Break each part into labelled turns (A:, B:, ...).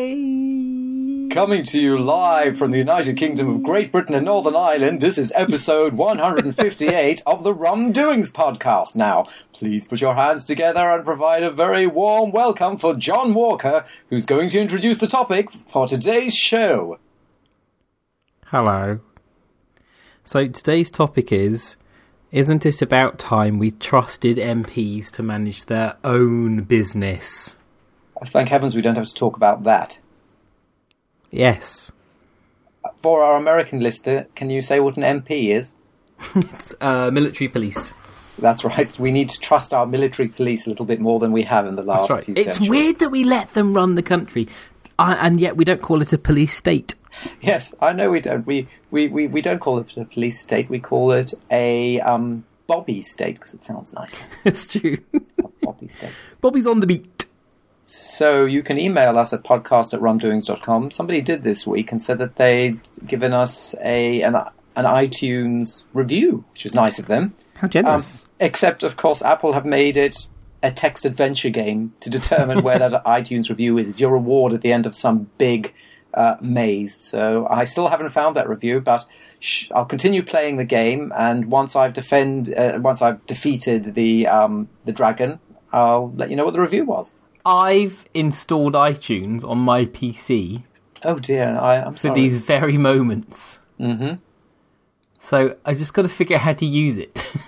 A: Hi.
B: Coming to you live from the United Kingdom of Great Britain and Northern Ireland, this is episode 158 of the Rum Doings podcast. Now, please put your hands together and provide a very warm welcome for John Walker, who's going to introduce the topic for today's show.
A: Hello. So today's topic is Isn't it about time we trusted MPs to manage their own business?
B: Thank heavens we don't have to talk about that.
A: Yes.
B: For our American listener, can you say what an MP is?
A: It's uh, military police.
B: That's right. We need to trust our military police a little bit more than we have in the last
A: That's right.
B: few
A: It's
B: centuries.
A: weird that we let them run the country, I, and yet we don't call it a police state.
B: Yes, I know we don't. We we, we, we don't call it a police state. We call it a um, Bobby state because it sounds nice.
A: It's true.
B: Bobby state.
A: Bobby's on the beat.
B: So you can email us at podcast at rumdoings.com. Somebody did this week and said that they'd given us a an, an iTunes review, which was nice of them.
A: How
B: Um,
A: generous.
B: except, of course, Apple have made it a text adventure game to determine where that iTunes review is. It's your reward at the end of some big uh, maze. So I still haven't found that review, but sh- I'll continue playing the game. And once I've defend, uh, once I've defeated the um, the dragon, I'll let you know what the review was.
A: I've installed iTunes on my PC
B: Oh dear, I, I'm
A: to
B: sorry.
A: these very moments. Mm-hmm. So I just got to figure out how to use it.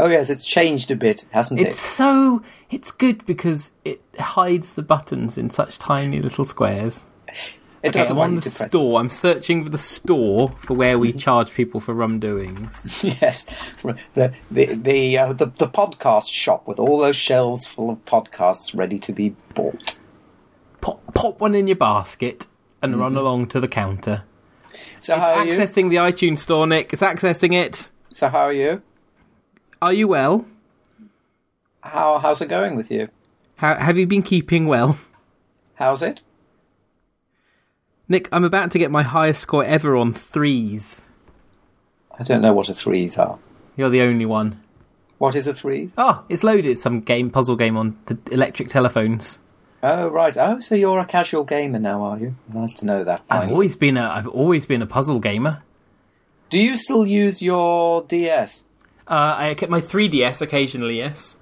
B: Oh yes, it's changed a bit, hasn't
A: it's so it's good because it hides the buttons in such tiny little squares.
B: it? It
A: Okay,
B: doesn't
A: I'm
B: want
A: on
B: you
A: the
B: to press. Mm-hmm.
A: store. I'm searching for the store for where we charge people for rum doings.
B: Yes, from the the the, uh, the the podcast shop with all those shelves full of podcasts ready to be bought.
A: Pop, pop one in your basket and run along to the counter.
B: So how Mm-hmm. are you?
A: Accessing the iTunes store, Nick. It's accessing it.
B: So how are you?
A: Are you well?
B: How how's it going with you?
A: How, have you been keeping well?
B: How's it?
A: Nick, I'm about to get my highest score ever on threes.
B: I don't know what a threes are.
A: You're the only one.
B: What is a threes?
A: Ah, it's loaded. It's some game, puzzle game on the electric telephones.
B: Oh right. Oh, so you're a casual gamer now, are you? Nice to know that.
A: I've always been a I've always been a puzzle gamer.
B: Do you still use your DS?
A: Uh, I kept my 3DS occasionally, yes.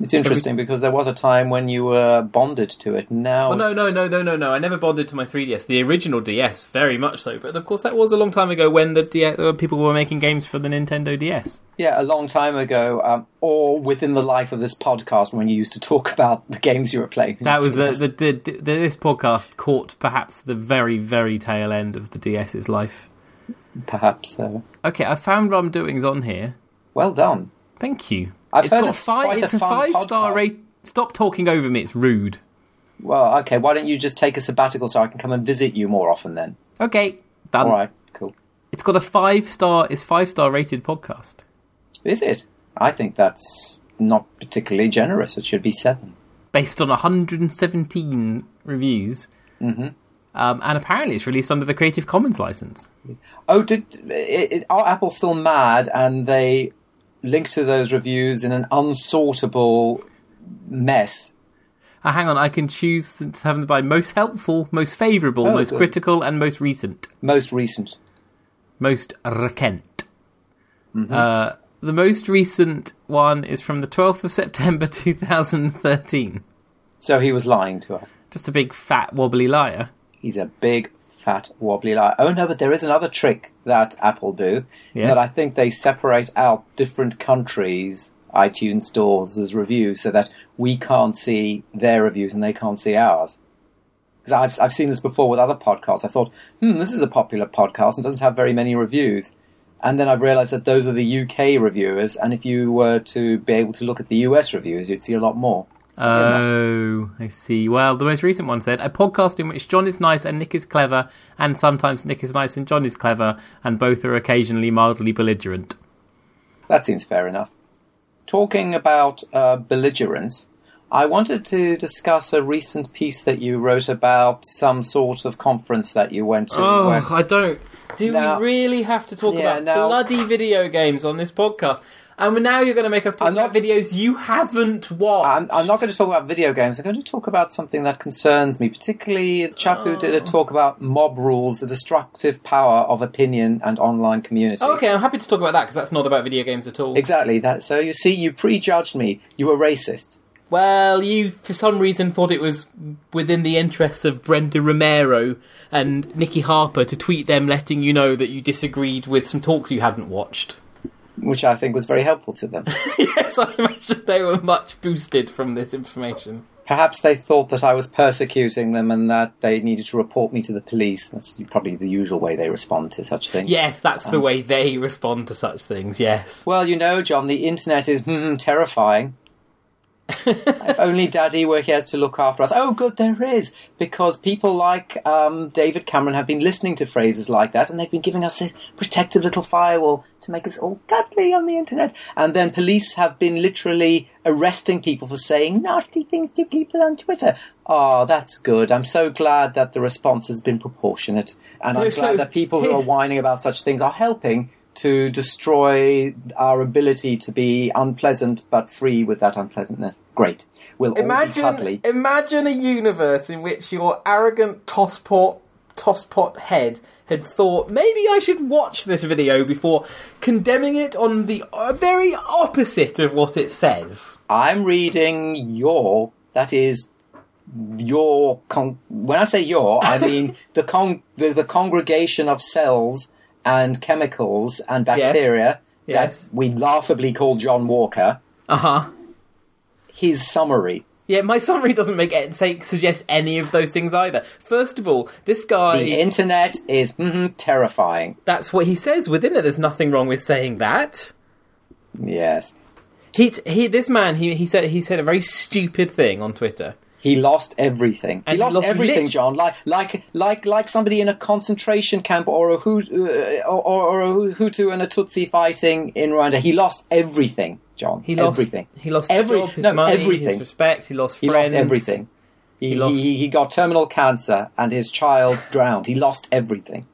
B: It's interesting because there was a time when you were bonded to it. Now,
A: Oh, no,
B: it's-
A: no, no, no, no, no. I never bothered to my 3DS. The original DS, very much so. But of course, that was a long time ago when the DS, when people were making games for the Nintendo DS.
B: Yeah, a long time ago, um, or within the life of this podcast, when you used to talk about the games you were playing.
A: That was the, the, the, the this podcast caught perhaps the very very tail end of the DS's life.
B: perhaps so.
A: Okay, I found Rum Doings on here.
B: Well done.
A: Thank you.
B: I've heard
A: got
B: it's
A: five.
B: quite
A: it's
B: a
A: a,
B: fun
A: five star
B: podcast.
A: rate. Stop talking over me. It's rude.
B: Well, okay. Why don't you just take a sabbatical so I can come and visit you more often then?
A: Okay, done.
B: All right, cool.
A: It's got a five star. It's five star rated podcast.
B: Is it? I think that's not particularly generous. It should be seven.
A: based on 117 reviews. Mm-hmm. Um, and apparently, it's released under the Creative Commons license.
B: Oh, did it, it, are Apple still mad and they link to those reviews in an unsortable mess?
A: Uh, hang on, I can choose to have them by most helpful, most favourable,
B: Oh,
A: most
B: good.
A: critical, and most recent.
B: Most recent.
A: Most recent.
B: Mm-hmm.
A: Uh, the most recent one is from the 12th of September 2013.
B: So he was lying to us.
A: Just a big fat wobbly liar.
B: He's a big, fat, wobbly liar. Oh no, but there is another trick that Apple do.
A: Yes.
B: That I think they separate out different countries' iTunes stores as reviews, so that we can't see their reviews and they can't see ours. Because I've I've seen this before with other podcasts. I thought, hmm, this is a popular podcast and doesn't have very many reviews. And then I've realised that those are the UK reviewers, and if you were to be able to look at the US reviews, you'd see a lot more.
A: Oh, I see. Well, the most recent one said a podcast in which John is nice and Nick is clever, and sometimes Nick is nice and John is clever, and both are occasionally mildly belligerent.
B: That seems fair enough. Talking about uh, belligerence, I wanted to discuss a recent piece that you wrote about some sort of conference that you went to.
A: Oh,
B: where-
A: I don't. Do
B: Now-
A: really have to talk
B: Yeah, now-
A: bloody video games on this podcast? And now you're going to make us talk
B: I'm not-
A: about videos you haven't watched.
B: I'm, I'm not going to talk about video games. I'm going to talk about something that concerns me, particularly a chap who did a talk about mob rules, the destructive power of opinion and online community.
A: Oh, okay, I'm happy to talk about that because that's not about video games at all.
B: Exactly that. So you see, you prejudged me. You were racist.
A: well, you for some reason thought it was within the interests of Brenda Romero and Nikki Harper to tweet them letting you know that you disagreed with some talks you hadn't watched.
B: Which I think was very helpful to them.
A: yes, I imagine they were much boosted from this information.
B: Perhaps they thought that I was persecuting them and that they needed to report me to the police. That's probably the usual way they respond to such things.
A: Yes, that's the way they respond to such things, yes.
B: Well, you know, John, the internet is mm, terrifying. if only Daddy were here to look after us. Oh, good, there is. Because people like um, David Cameron have been listening to phrases like that and they've been giving us this protective little firewall to make us all cuddly on the internet. And then police have been literally arresting people for saying nasty things to people on Twitter. Oh, that's good. I'm so glad that the response has been proportionate. And I'm
A: So-
B: glad that people who are whining about such things are helping to destroy our ability to be unpleasant but free with that unpleasantness. Great. We'll all be cuddly.
A: Imagine, imagine a universe in which your arrogant tosspot, tosspot head had thought maybe I should watch this video before condemning it on the uh, very opposite of what it says.
B: I'm reading your, that is, your, con- when I say your, I mean the, con- the, the congregation of cells and chemicals and bacteria
A: Yes.
B: that we laughably call John Walker,
A: Uh
B: Uh-huh.
A: huh.
B: his summary.
A: Yeah, my summary doesn't make it say, suggest any of those things either. First of all, this guy.
B: The internet is mhm, terrifying.
A: that's what he says within it. There's nothing wrong with saying that.
B: Yes.
A: He, he, this man, he, he said, he said a very stupid thing on Twitter.
B: He lost everything.
A: And
B: he
A: he
B: lost,
A: lost
B: everything,
A: lit-
B: John. Like like like like somebody in a concentration camp or a Hutu, uh, or, or a Hutu and a Tutsi fighting in Rwanda. He lost everything, John.
A: He lost
B: everything.
A: He lost his
B: Every-
A: job, his
B: no,
A: money, his
B: everything.
A: respect. He lost
B: He
A: friends.
B: lost everything. He, he,
A: lost-
B: he, got terminal cancer and his child drowned. He lost everything.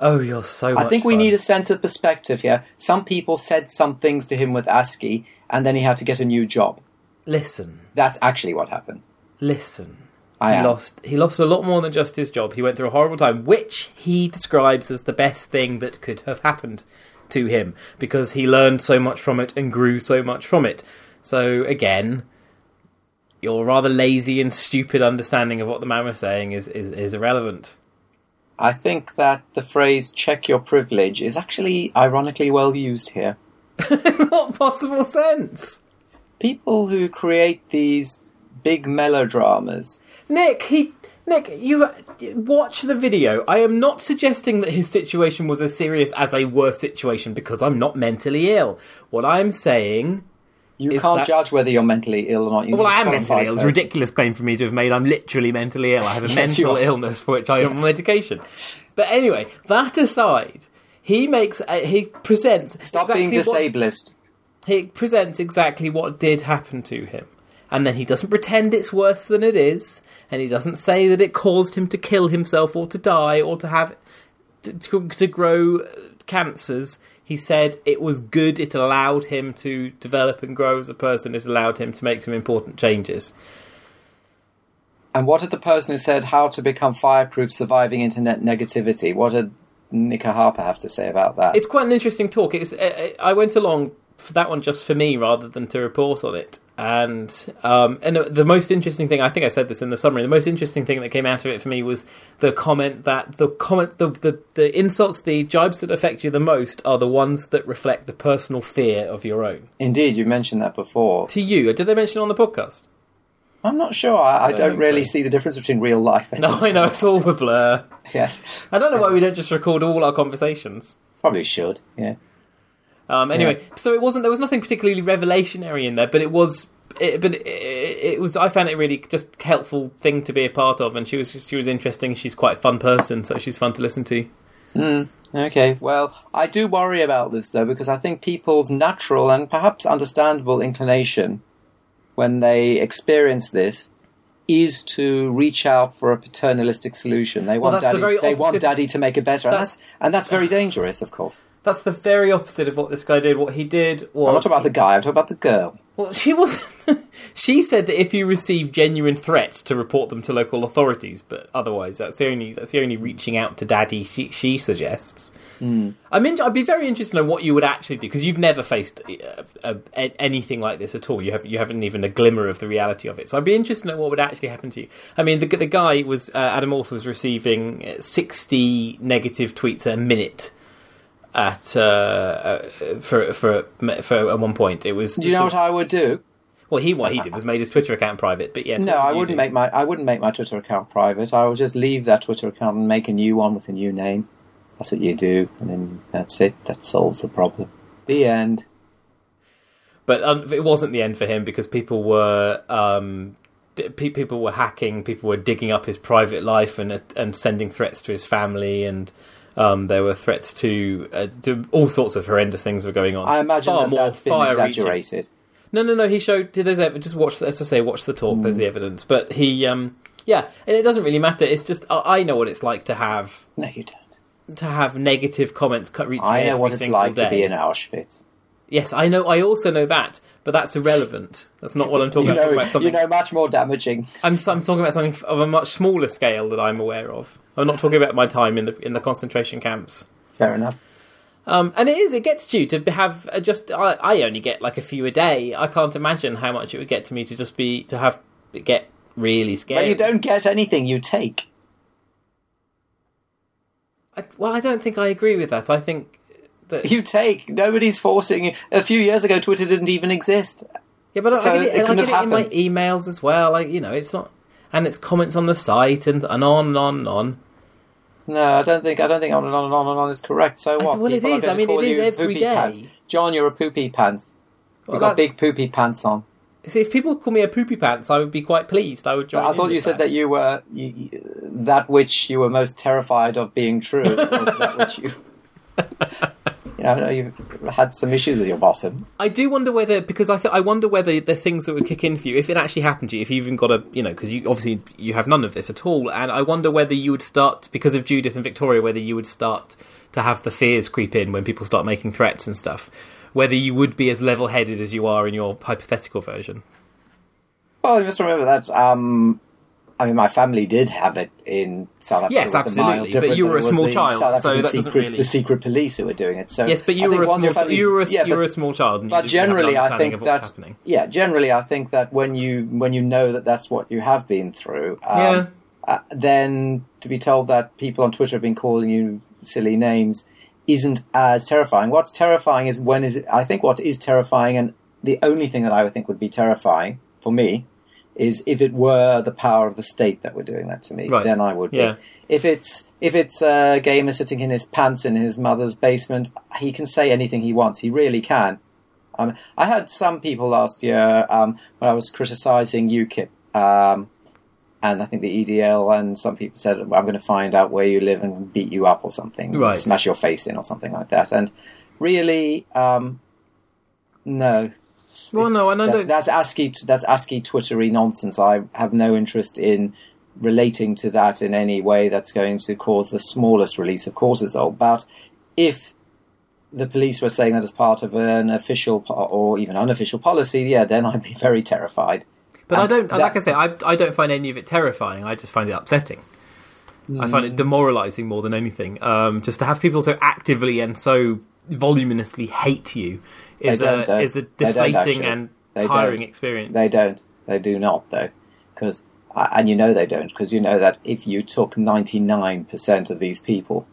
A: Oh, you're so.
B: I think we need a sense of perspective here. Some people said some things to him with ASCII, and then he had to get a new job.
A: listen.
B: That's actually what happened.
A: Listen.
B: I
A: he
B: am.
A: lost. He lost a lot more than just his job. He went through a horrible time, which he describes as the best thing that could have happened to him because he learned so much from it and grew so much from it. So again, your rather lazy and stupid understanding of what the man was saying is is, is irrelevant.
B: I think that the phrase check your privilege is actually ironically well used here.
A: Not possible sense.
B: People who create these big melodramas.
A: Nick, he, Nick, you watch the video. I am not suggesting that his situation was as serious as a worse situation because I'm not mentally ill. What I'm saying,
B: You
A: Is
B: can't
A: that-
B: judge whether you're mentally ill or not. You
A: well,
B: need
A: I
B: to
A: am mentally
B: qualify
A: ill. It's a
B: first.
A: ridiculous claim for me to have made. I'm literally mentally ill. I have a
B: Yes, you
A: mental
B: are.
A: illness for which I am on medication. But anyway, that aside. He makes, uh, he presents.
B: Stop being
A: exactly what-
B: disablest.
A: he presents exactly what did happen to him. And then he doesn't pretend it's worse than it is, and he doesn't say that it caused him to kill himself or to die or to have to, to, to grow uh, cancers. He said it was good, it allowed him to develop and grow as a person, it allowed him to make some important changes.
B: And what did the person who said how to become fireproof surviving internet negativity? What did Nika Harper have to say about that?
A: It's quite an interesting talk. It was, I I went along for that one just for me rather than to report on it. And um, and the most interesting thing, I think I said this in the summary. The most interesting thing that came out of it for me was the comment that the comment the the, the insults, the jibes that affect you the most are the ones that reflect a personal fear of your own.
B: Indeed, you mentioned that before.
A: To you, uh, did they mention it on the podcast?
B: I'm not sure. I, I
A: don't
B: don't
A: think
B: really
A: so.
B: see the difference between real life and
A: No, I know it's all a blur.
B: yes.
A: I don't know why we don't just record all our conversations.
B: Probably should. Yeah.
A: Um, anyway, so it wasn't. There was nothing particularly revelationary in there, but it was. It, but it, it was. I found it really just helpful thing to be a part of, and she was just, she was interesting. She's quite a fun person, so she's fun to listen to.
B: Okay, well, I do worry about this though, because I think people's natural and perhaps understandable inclination when they experience this is to reach out for a paternalistic solution. They want
A: that's the
B: daddy
A: very
B: they want
A: opposite-
B: daddy to make it better.
A: That's-
B: and that's and that's very dangerous, of course.
A: That's the very opposite of what this guy did. What he did was
B: I'm not talking about the guy. I'm talking about the girl.
A: Well, she wasn't. she said that if you receive genuine threats, to report them to local authorities. But otherwise, that's the only that's the only reaching out to daddy she she suggests.
B: Hmm.
A: I mean, I'd be very interested to know what you would actually do because you've never faced uh, uh, a- anything like this at all. You haven't you haven't even a glimmer of the reality of it. So I'd be interested to know what would actually happen to you. I mean, the the guy was uh, Adam Orth was receiving uh, sixty negative tweets a minute. At uh, uh, for for for at one point it was
B: You know what I would do?
A: well, he what he did was made his Twitter account private, but yes.
B: Uh, No,
A: what would
B: I
A: you
B: wouldn't
A: do?
B: make my I wouldn't make my Twitter account private. I would just leave that Twitter account and make a new one with a new name. That's what you do, and then that's it. That solves the problem. The end.
A: But um, it wasn't the end for him because people were um, d- pe- people were hacking, people were digging up his private life and uh, and sending threats to his family, and um, there were threats to, uh, to all sorts of horrendous things were going on.
B: I imagine
A: Far
B: that
A: more
B: that's been
A: fire-reaching.
B: exaggerated.
A: No, no, no. He showed. There's ev- just watch. As I say, watch the talk. There's
B: Mm.
A: the evidence. But he, um, yeah, and it doesn't really matter. It's just I, I know what it's like to have
B: No, you don't.
A: to have negative comments cut reaching.
B: I know
A: every
B: what it's
A: single
B: like
A: day.
B: to be in Auschwitz.
A: Yes, I know. I also know that, but that's irrelevant. That's not what I'm talking
B: You
A: about. I'm talking
B: know,
A: about something.
B: you know, much more damaging.
A: I'm, s- I'm talking about something of a much smaller scale that I'm aware of. I'm not talking about my time in the in the concentration camps.
B: Fair enough.
A: Um, and it is. It gets to you to have uh, just. I, I only get like a few a day. I can't imagine how much it would get to me to just be to have get really scared.
B: But you don't get anything you take.
A: I, well, I don't think I agree with that. I think that.
B: You take. Nobody's forcing you. A few years ago, Twitter didn't even exist.
A: Yeah, but I-
B: So
A: I get it,
B: it
A: and I
B: couldn't
A: get it
B: have
A: in my
B: happened.
A: emails as well. Like you know, it's not. And it's comments on the site and, and on and on and on.
B: No, I don't think. I don't think on and on and on and on is correct. So what?
A: well, it
B: People are
A: is.
B: going
A: I
B: to
A: mean, it
B: call
A: is
B: you
A: every
B: poopy
A: day.
B: Pants. John, you're a poopy pants.
A: Well,
B: You've got
A: that's-
B: big poopy pants on.
A: See, if people call me a poopy pants, I would be quite pleased. I would join.
B: I
A: in
B: thought
A: with
B: you said that you were you, you- that which you were most terrified of being true was that which you. You know, I know you've had some issues with your bottom.
A: I do wonder whether because I th- I wonder whether the things that would kick in for you if it actually happened to you if you even got a you know because you obviously you have none of this at all and I wonder whether you would start because of Judith and Victoria whether you would start to have the fears creep in when people start making threats and stuff whether you would be as level-headed as you are in your hypothetical version.
B: Well, you must remember that. Um, I mean, my family did have it in South Africa.
A: Yes,
B: with a
A: absolutely,
B: mild
A: but
B: difference,
A: you were
B: and
A: a
B: it was
A: small
B: the
A: child,
B: South
A: so
B: African
A: that doesn't
B: secret,
A: really-
B: the secret police who were doing it. So
A: Yes, but
B: I
A: you
B: think
A: were a
B: once your
A: small child.
B: family's-
A: You were a,
B: yeah,
A: you
B: but-
A: were a small child. And you
B: but
A: didn't have an
B: generally, I
A: understanding
B: think
A: of what was
B: that
A: happening.
B: yeah, generally, I think that when you when you know that that's what you have been through,
A: Yeah.
B: um, uh, then to be told that people on Twitter have been calling you silly names isn't as terrifying. What's terrifying is when is it, I think what is terrifying, and the only thing that I would think would be terrifying for me is if it were the power of the state that were doing that to me,
A: Right.
B: then I would be.
A: Yeah.
B: If it's if it's a gamer sitting in his pants in his mother's basement, he can say anything he wants. He really can. Um, I had some people last year um, when I was criticising UKIP, um, and I think the EDL, and some people said, "I'm going to find out where you live and beat you up or something,
A: Right.
B: smash your face in or something like that." And really, um, no.
A: Well, no,
B: It's-
A: and I
B: that-
A: don't-
B: That's ASCII. That's ASCII twittery nonsense. I have no interest in relating to that in any way that's going to cause the smallest release of cortisol. But if the police were saying that as part of an official po- or even unofficial policy, yeah, then I'd be very terrified.
A: But
B: Um,
A: I don't,
B: that-
A: like I say, I, I don't find any of it terrifying. I just find it upsetting. I find
B: Mm.
A: it demoralising more than anything. Um, just to have people so actively and so voluminously hate you is
B: They don't,
A: a
B: though.
A: is a
B: They don't,
A: deflating
B: actually.
A: and
B: They
A: tiring
B: don't.
A: experience.
B: They don't. They do not, though, because and you know they don't, because you know that if you took ninety nine percent of these people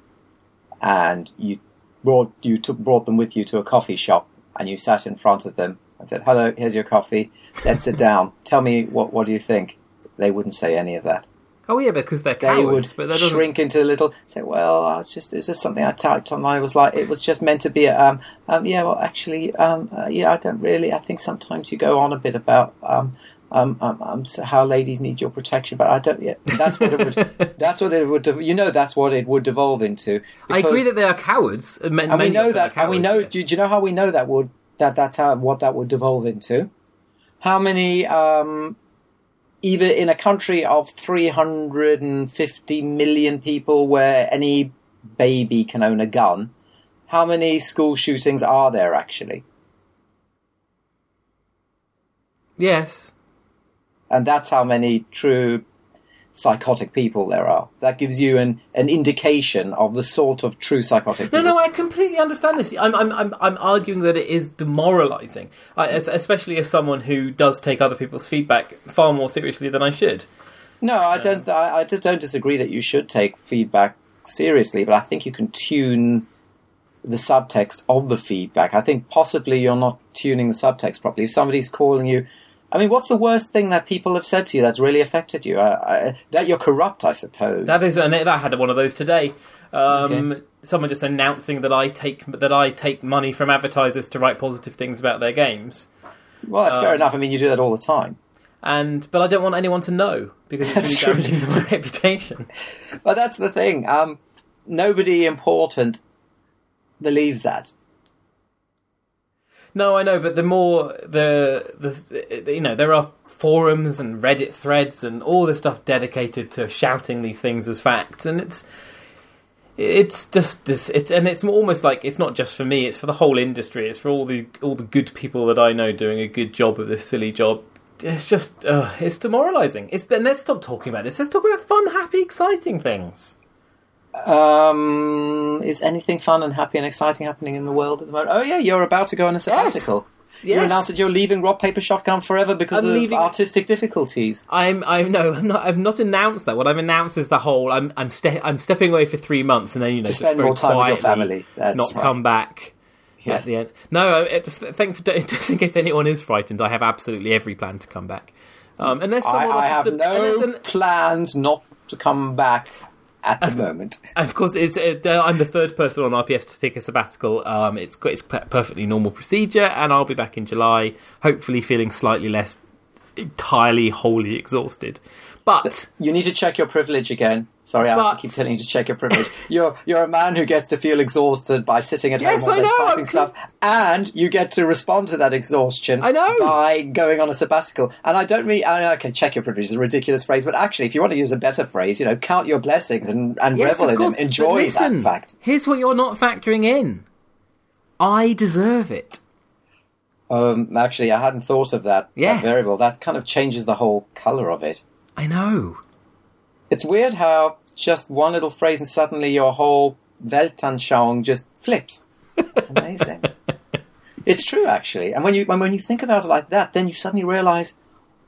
B: and you brought you took brought them with you to a coffee shop and you sat in front of them and said, "Hello, here's your coffee. Let's sit down. Tell me what what do you think?" They wouldn't say any of that.
A: oh yeah, because they're
B: They
A: cowards.
B: would
A: but that doesn't.
B: shrink into a little. Say, "Well, I was just it was just something I typed online. It was like it was just meant to be a um, um yeah. Well, actually, um uh, yeah, I don't really. I think sometimes you go on a bit about um." Um, um, um, s how ladies need your protection, but I don't. Yeah, that's what it would. that's what it would. You know, that's what it would devolve into.
A: I agree
B: because-
A: that they are cowards, uh, and, ma-
B: and we
A: many of
B: know
A: them are
B: that, and we know.
A: cowards, yes.
B: Do, do you know how we know that would that that's how what that would devolve into? How many, um, either in a country of three hundred and fifty million people, where any baby can own a gun, How many school shootings are there actually?
A: Yes.
B: And that's how many true psychotic people there are. That gives you an, an indication of the sort of true psychotic
A: No,
B: people.
A: no, I completely understand this. I'm, I'm, I'm, I'm arguing that it is demoralising, I- es- especially as someone who does take other people's feedback far more seriously than I should.
B: No, I don't. I, I just don't disagree that you should take feedback seriously, but I think you can tune the subtext of the feedback. I think possibly you're not tuning the subtext properly. If somebody's calling you, I mean, what's the worst thing that people have said to you that's really affected you? I, I, that you're corrupt, I suppose.
A: That is, and I had one of those today. Um,
B: Okay.
A: Someone just announcing that I take that I take money from advertisers to write positive things about their games,
B: well, that's
A: um,
B: fair enough. I mean, you do that all the time.
A: and but I don't want anyone to know because
B: That's
A: it's
B: true.
A: really damaging to my reputation.
B: But that's the thing. Um, nobody important believes that.
A: No, I know, but the more the the you know there are forums and Reddit threads and all this stuff dedicated to shouting these things as facts, and it's it's just it's, it's and it's almost like it's not just for me; it's for the whole industry. It's for all the all the good people that I know doing a good job of this silly job. It's just uh, it's demoralising. It's and let's stop talking about this. Let's talk about fun, happy, exciting things.
B: Um, is anything fun and happy and exciting happening in the world at the moment? Oh yeah, you're about to go on a sabbatical. You
A: Yes.
B: announced that you're leaving Rock Paper Shotgun forever because
A: I'm
B: of
A: leaving-
B: artistic difficulties.
A: I'm I'm no I'm not I've not announced that. What I've announced is the whole I'm I'm ste- I'm stepping away for three months and then you know just
B: spend
A: very
B: more time with your
A: quietly
B: family. That's
A: not
B: right.
A: come back
B: Yes.
A: at the end. No, I- it, thank for just in case anyone is frightened. I have absolutely every plan to come back. Um, unless
B: I,
A: someone
B: I
A: offers
B: have
A: to,
B: no
A: unless an-
B: plans not to come back at the moment.
A: and of course, it's, uh, uh, I'm the third person on RPS to take a sabbatical. Um, it's qu- it's per- perfectly normal procedure, and I'll be back in July, hopefully feeling slightly less entirely wholly exhausted. But
B: You need to check your privilege again. Sorry, I have
A: But-
B: to keep telling you to check your privilege. you're you're a man who gets to feel exhausted by sitting at
A: Yes,
B: home all
A: I
B: day
A: know.
B: typing stuff, and you get to respond to that exhaustion.
A: I know.
B: by going on a sabbatical. And I don't mean I know, okay, check your privilege is a ridiculous phrase, but actually, if you want to use a better phrase, you know, count your blessings and and
A: Yes,
B: revel
A: of
B: in them,
A: course. but
B: enjoy
A: listen,
B: that fact.
A: Here's what you're not factoring in. I deserve it.
B: Um, actually, I hadn't thought of that,
A: Yes.
B: that variable. That kind of changes the whole color of it.
A: I know.
B: It's weird how just one little phrase and suddenly your whole Weltanschauung just flips. It's amazing. it's true, actually. And when you when, when you think about it like that, then you suddenly realise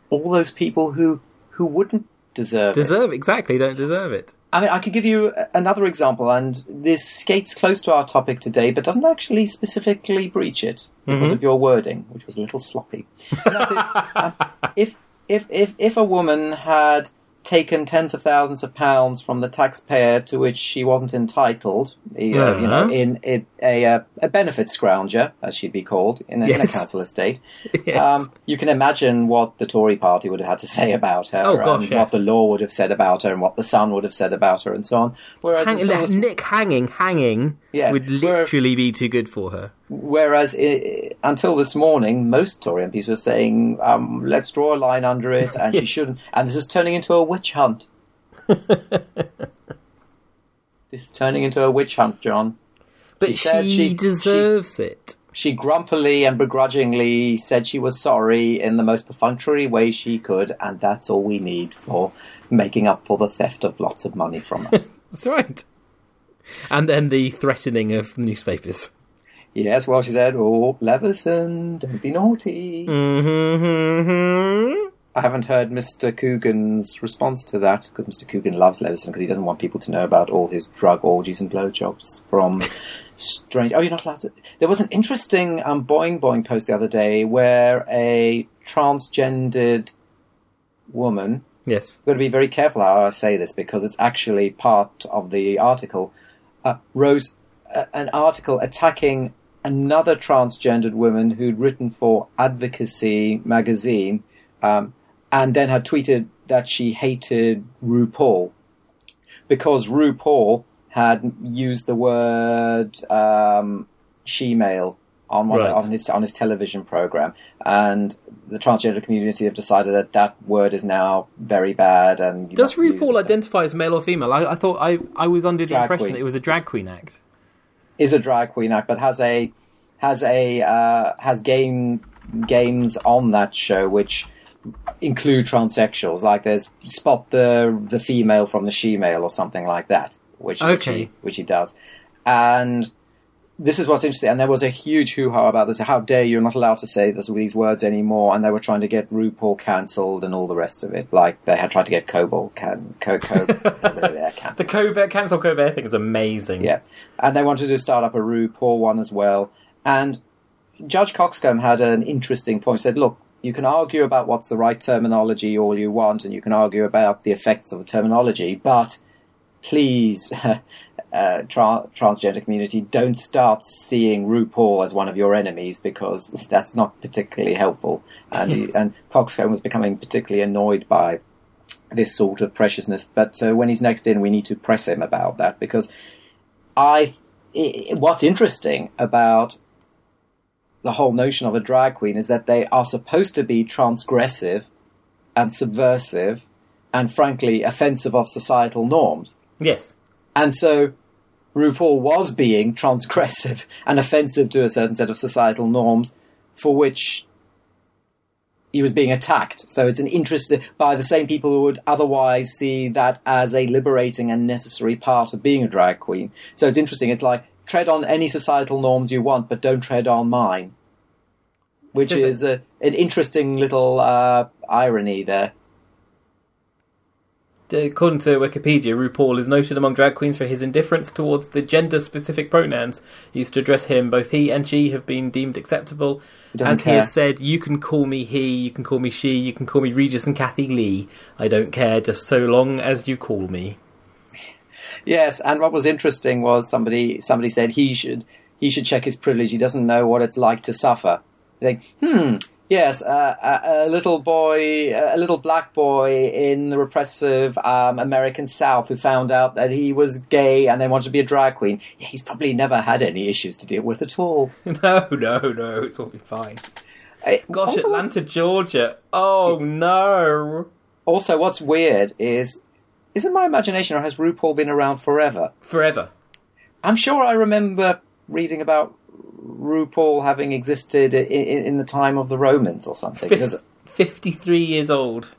B: all those people who who wouldn't deserve it.
A: Deserve exactly. Don't deserve it.
B: I mean, I could give you a- another example, and this skates close to our topic today, but doesn't actually specifically breach it because of your wording, which was a little sloppy. And that is, um, if if if if a woman had taken tens of thousands of pounds from the taxpayer to which she wasn't entitled, uh, you know, you know,
A: Uh-huh.
B: in, in a uh, a benefit scrounger, as she'd be called, in a, in a
A: Yes.
B: council estate,
A: Yes.
B: um, you can imagine what the Tory party would have had to say about her,
A: Oh,
B: and
A: gosh,
B: what
A: yes.
B: the law would have said about her, and what the Sun would have said about her, and so on. Whereas,
A: Hang,
B: until this-
A: Nick hanging, hanging
B: Yes,
A: would
B: we're-
A: literally be too good for her.
B: whereas i until this morning, most Tory MPs were saying, um, "Let's draw a line under it," and she
A: Yes.
B: shouldn't. And this is turning into a witch hunt. this is turning into a witch hunt, John.
A: But she,
B: said she-
A: deserves it.
B: She grumpily and begrudgingly said she was sorry in the most perfunctory way she could, and that's all we need for making up for the theft of lots of money from us.
A: That's right. And then the threatening of newspapers.
B: yes, well, she said, Oh, Leveson, don't be naughty.
A: Mm-hmm.
B: I haven't heard Mr. Coogan's response to that because Mr. Coogan loves Leveson because he doesn't want people to know about all his drug orgies and blowjobs from strange. Oh, you're not allowed to. There was an interesting um, Boing Boing post the other day where a transgendered woman.
A: Yes.
B: I've got to be very careful how I say this because it's actually part of the article. Uh, wrote a, an article attacking another transgendered woman who'd written for Advocacy magazine, um, and then had tweeted that she hated RuPaul because RuPaul had used the word um, she-male on one,
A: Right.
B: on his on his television program, and the transgender community have decided that that word is now very bad. And you
A: Does
B: mustn't use it.
A: RuPaul identify as male or female? I, I thought I, I was under the
B: Drag
A: impression
B: queen.
A: that it was a drag queen act.
B: is a drag queen act, but has a has a uh, has game games on that show which include transsexuals. Like there's spot the the female from the she-male or something like that, which, which
A: Okay.
B: he which he does. And this is what's interesting. And there was a huge hoo-ha about this. How dare you? are not allowed to say this, these words anymore. And they were trying to get RuPaul cancelled and all the rest of it. Like they had tried to get Cobol can co co
A: The
B: cancelled.
A: Colbert cancel Colbert thing is amazing.
B: Yeah, and they wanted to start up a RuPaul one as well. And Judge Coxcomb had an interesting point. He said, look, you can argue about what's the right terminology all you want, and you can argue about the effects of the terminology, but please, uh, tra- transgender community, don't start seeing RuPaul as one of your enemies because that's not particularly helpful. And,
A: Yes.
B: and Coxcomb was becoming particularly annoyed by this sort of preciousness. But uh, when he's next in, we need to press him about that because I. i- What's interesting about the whole notion of a drag queen is that they are supposed to be transgressive and subversive and frankly offensive of societal norms.
A: Yes.
B: And so RuPaul was being transgressive and offensive to a certain set of societal norms for which he was being attacked. So it's an interest by the same people who would otherwise see that as a liberating and necessary part of being a drag queen. So it's interesting. It's like tread on any societal norms you want, but don't tread on mine. Which
A: This is
B: is a, an interesting little uh, irony there.
A: According to Wikipedia, RuPaul is noted among drag queens for his indifference towards the gender specific pronouns used to address him. Both he and she have been deemed acceptable.
B: doesn't
A: As he
B: care.
A: has said, you can call me he, you can call me she, you can call me Regis and Kathy Lee. I don't care, just so long as you call me.
B: Yes, and what was interesting was somebody somebody said he should he should check his privilege. He doesn't know what it's like to suffer. You think, hmm, yes, uh, a, a little boy, uh, a little black boy in the repressive um, American South who found out that he was gay and then wanted to be a drag queen. He's probably never had any issues to deal with at all.
A: no, no, no, it's all be fine.
B: I-
A: Gosh,
B: also,
A: Atlanta, Georgia. Oh no.
B: also, what's weird is, is it my imagination or has RuPaul been around forever?
A: Forever.
B: I'm sure I remember reading about RuPaul having existed in, in, in the time of the Romans or something. Because,
A: 53 years old.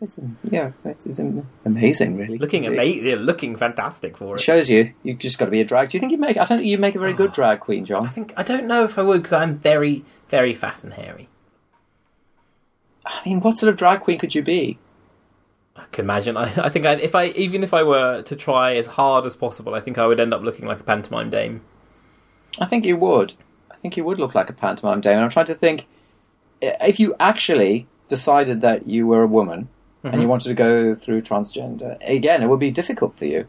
B: it's, yeah, it's, it's amazing, really.
A: Looking
B: It
A: amazing. yeah, Looking fantastic for it.
B: Shows you you just got to be a drag. Do you think you make? I don't think you make a very
A: Ah.
B: good drag queen, John.
A: I think I don't know if I would because I'm very, very fat and hairy.
B: I mean, what sort of drag queen could you be?
A: I can imagine. I, I think I, if I, even if I were to try as hard as possible, I think I would end up looking like a pantomime dame.
B: I think you would. I think you would look like a pantomime dame. And I'm trying to think if you actually decided that you were a woman
A: Mm-hmm.
B: and you wanted to go through transgender again, it would be difficult for you.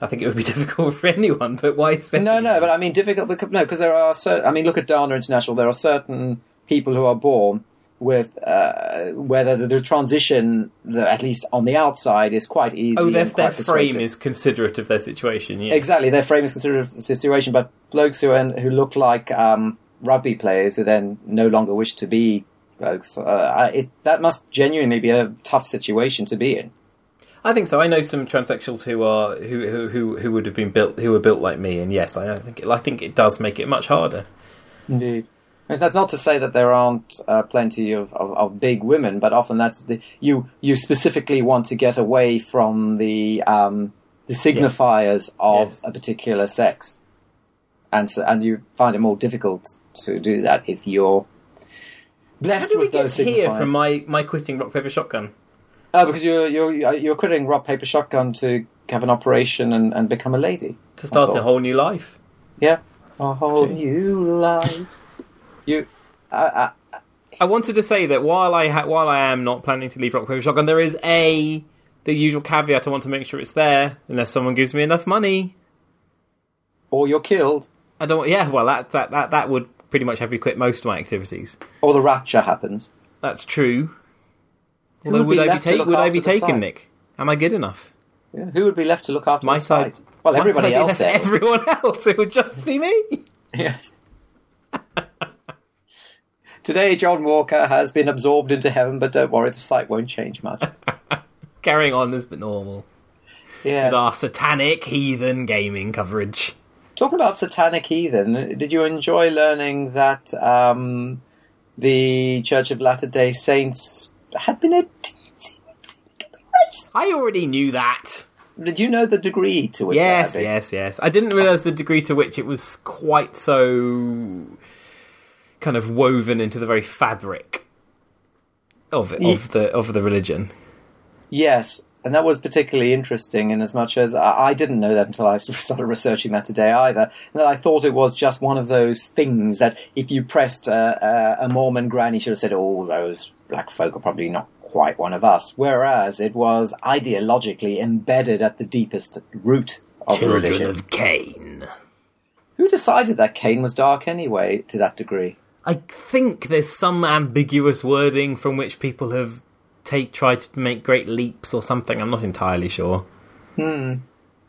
A: I think it would be difficult for anyone, but why spend?
B: No, no, but I mean difficult because no, because there are certain. I mean, look at Dana International. There are certain people who are born with uh, whether the, the transition, the, at least on the outside, is quite easy.
A: oh, their,
B: and quite
A: their frame
B: persuasive.
A: is considerate of their situation. Yeah,
B: exactly their frame is considered the situation. But blokes who are, who look like um, rugby players who then no longer wish to be blokes, uh, I- it, that must genuinely be a tough situation to be in.
A: I think so. I know some transsexuals who are who who who, who would have been built who were built like me, and yes, I I think it, I think it does make it much harder.
B: Indeed. And That's not to say that there aren't uh, plenty of, of, of big women, but often that's the, you you specifically want to get away from the um, the signifiers of
A: Yes.
B: a particular sex, and so, and you find it more difficult to do that if you're
A: How
B: blessed
A: do we
B: with
A: get
B: those
A: here
B: signifiers.
A: from my my quitting rock paper shotgun?
B: oh, because you're you're you're quitting rock paper shotgun to have an operation and, and become a lady.
A: to start
B: Oh.
A: a whole new life.
B: Yeah, a whole
A: true.
B: new life. you. I, I,
A: I wanted to say that while I ha- while I am not planning to leave Rock Paper Shotgun, there is a the usual caveat. I want to make sure it's there unless someone gives me enough money.
B: or you're killed.
A: I don't. Yeah, well, that that that, that would pretty much have me quit most of my activities.
B: or the rapture happens.
A: That's true. Although,
B: would
A: would,
B: be
A: I be
B: left to
A: ta-
B: look
A: would I
B: after
A: be
B: the
A: taken,
B: site?
A: Nick? Am I good enough?
B: Yeah, Who would be left to look after
A: My
B: the site?
A: side.
B: Well,
A: Might I
B: everybody
A: be
B: else
A: left to
B: there.
A: Everyone else. It would just be me.
B: yes. Today, John Walker has been absorbed into heaven, but don't worry, the site won't change much.
A: Carrying on as but normal with
B: Yeah.
A: our satanic heathen gaming coverage.
B: Talking about satanic heathen, did you enjoy learning that um, the Church of Latter Day Saints had been a
A: I already knew that.
B: did you know the degree to which
A: Yes,
B: that had been?
A: yes, yes. I didn't realize the degree to which it was quite so kind of woven into the very fabric of it, of the of the religion.
B: Yes, and that was particularly interesting in as much as I, I didn't know that until I started researching that today either. And that I thought it was just one of those things that if you pressed uh, a, a, a Mormon granny, should have said, "Oh, those black folk are probably not." Quite one of us, whereas it was ideologically embedded at the deepest root of the religion.
A: of Cain.
B: Who decided that Cain was dark anyway to that degree?
A: I think there's some ambiguous wording from which people have take tried to make great leaps or something. I'm not entirely sure. Hmm.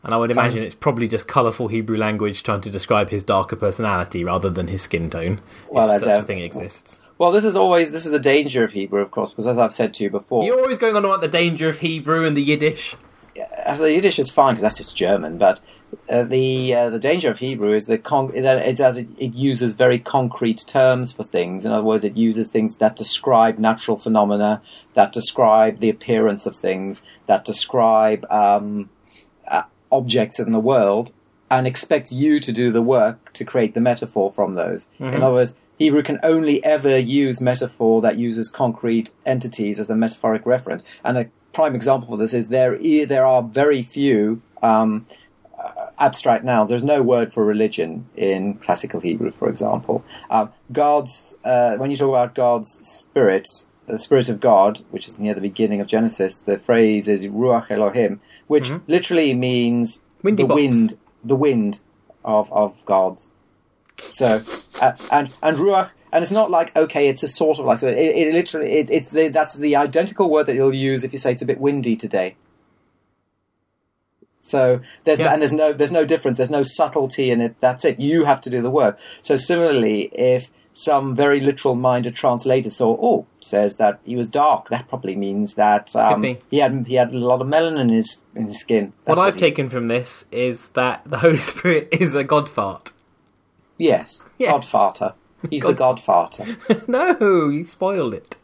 A: And I would imagine it's probably just colourful Hebrew language trying to describe his darker personality rather than his skin tone.
B: Well,
A: if
B: as
A: such a
B: a-
A: thing exists.
B: Well, this is always this is the danger of Hebrew, of course, because as I've said to you before,
A: You're always going on about the danger of Hebrew and the Yiddish.
B: uh, the Yiddish is fine because that's just German, but uh, the uh, the danger of Hebrew is the con- that it, that it, it uses very concrete terms for things. In other words, it uses things that describe natural phenomena, that describe the appearance of things, that describe um, uh, objects in the world, and expects you to do the work to create the metaphor from those. In other words. Hebrew can only ever use metaphor that uses concrete entities as the metaphoric referent, and a prime example for this is there. i- There are very few um, abstract nouns. There's no word for religion in classical Hebrew, for example. Um, God's, uh, when you talk about God's spirit, the spirit of God, which is near the beginning of Genesis, the phrase is Ruach Elohim, which literally means
A: Mm-hmm. Windy
B: the
A: box.
B: wind, the wind of, of God. So, uh, and, and Ruach, and it's not like, okay, it's a sort of like, so it, it literally, it, it's the, that's the identical word that you'll use if you say it's a bit windy today. So there's
A: Yeah.
B: and there's no there's no difference. There's no subtlety in it. That's it. You have to do the work. So similarly, if some very literal minded translator saw oh says that he was dark, that probably means that um,
A: be.
B: he had he had a lot of melanin in his in his skin. That's
A: what I've
B: he-
A: taken from this is that the Holy Spirit is a God fart.
B: yes,
A: Yes.
B: Godfather. He's the Godfather.
A: no, you spoiled it.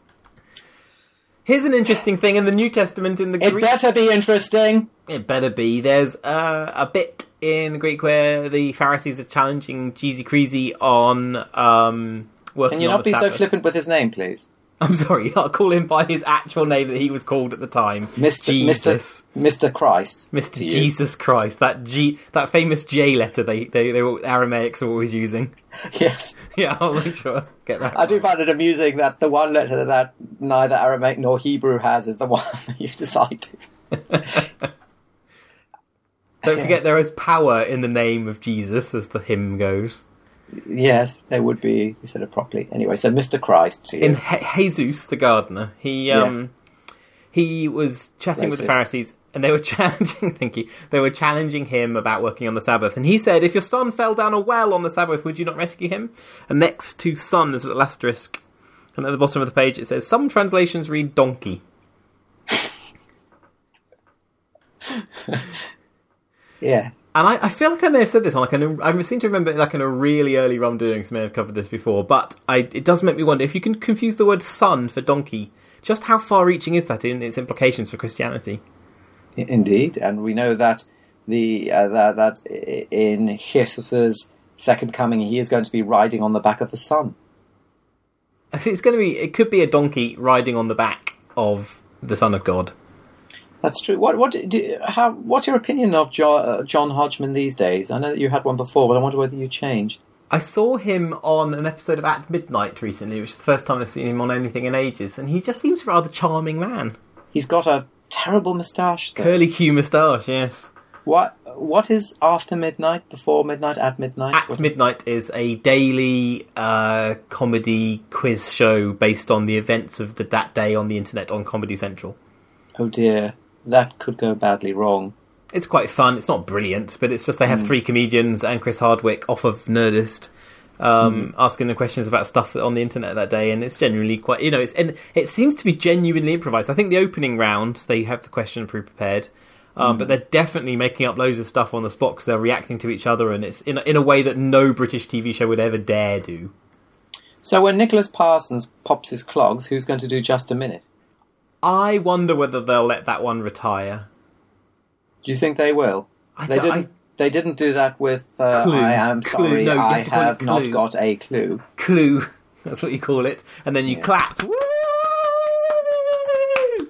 A: Here's an interesting thing in the New Testament in the
B: It
A: Greek.
B: better be interesting.
A: It better be. There's uh, a bit in Greek where the Pharisees are challenging Jesus Creasy on um, working
B: Can you
A: on
B: not
A: the
B: be so
A: Sabbath.
B: flippant with his name, please?
A: I'm sorry, I'll call him by his actual name that he was called at the time.
B: Mister
A: Jesus.
B: Mister Mister Christ.
A: Mr.
B: to you.
A: Jesus Christ. That G, that famous J letter they, they, they were, Aramaics were always using.
B: Yes.
A: Yeah, I'll make sure I get that.
B: I do
A: right.
B: find it amusing that the one letter that neither Aramaic nor Hebrew has is the one that you decide.
A: Don't
B: Yes.
A: forget there is power in the name of Jesus, as the hymn goes.
B: Yes, they would be said it properly. Anyway, so Mr. Christ to you.
A: in he- Jesus the gardener, he um he was chatting with the
B: Racist.
A: Pharisees and they were challenging thank you. They were challenging him about working on the Sabbath. And he said, If your son fell down a well on the Sabbath, would you not rescue him? And next to son there's a little asterisk. And at the bottom of the page it says, Some translations read donkey.
B: yeah.
A: And I, I feel like I may have said this on like an, I seem to remember like in a really early Rum Doings may have covered this before, but I, it does make me wonder if you can confuse the word son for donkey, just how far reaching is that in its implications for Christianity?
B: I- Indeed, and we know that the uh, that, that i- in Jesus's second coming, he is going to be riding on the back of the sun.
A: I think it's going to be. It could be a donkey riding on the back of the Son of God.
B: That's true. What what do, how what's your opinion of jo- uh, John Hodgman these days? I know that you had one before, but I wonder whether you changed.
A: I saw him on an episode of At Midnight recently, which is the first time I've seen him on anything in ages, and he just seems a rather charming man.
B: He's got a terrible moustache. though.
A: Curly Q moustache, yes.
B: What what is after midnight? Before midnight? At midnight?
A: At Midnight is a daily uh, comedy quiz show based on the events of the, that day on the internet on Comedy Central.
B: oh dear, that could go badly wrong.
A: It's quite fun. It's not brilliant, but it's just they have three comedians and Chris Hardwick off of Nerdist um, asking the questions about stuff on the internet that day, and it's generally quite you know it's and it seems to be genuinely improvised. I think the opening round they have the question pre-prepared, Um, But they're definitely making up loads of stuff on the spot because they're reacting to each other, and it's in in a way that no British TV show would ever dare do.
B: So when Nicholas Parsons pops his clogs, who's going to do just a minute?
A: I wonder whether they'll let that one retire.
B: Do you think they will?
A: I
B: they
A: don't-
B: didn't.
A: I-
B: They didn't do that with. Uh,
A: Clue.
B: I am
A: Clue,
B: sorry,
A: no, you
B: I
A: have to call it
B: have not
A: Clue.
B: got a clue.
A: Clue, that's what you call it, and then you clap. Woo!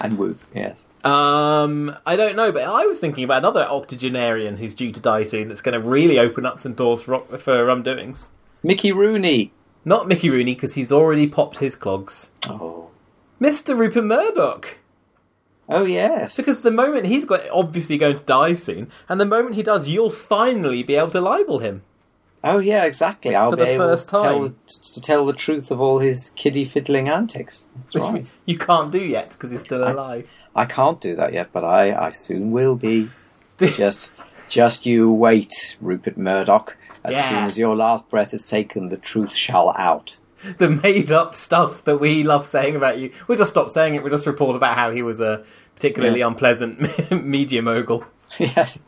B: And woo, yes.
A: Um, I don't know, but I was thinking about another octogenarian who's due to die soon. That's going to really open up some doors for for um doings.
B: Mickey Rooney.
A: Not Mickey Rooney because he's already popped his clogs.
B: Oh,
A: Mister Rupert Murdoch.
B: oh yes.
A: Because the moment he's got obviously going to die soon, and the moment he does, you'll finally be able to libel him.
B: oh yeah, exactly. I'll
A: For
B: be
A: the
B: able
A: first
B: to tell,
A: time.
B: t- to tell the truth of all his kiddie fiddling antics. That's
A: Which
B: right.
A: you can't do yet because he's still alive.
B: I can't do that yet, but I, I soon will be. just, just you wait, Rupert Murdoch. As
A: Yeah.
B: soon as your last breath is taken, the truth shall out.
A: the made up stuff that we love saying about you. We'll just stop saying it. We'll just report about how he was a particularly
B: Yeah.
A: unpleasant media mogul.
B: yes,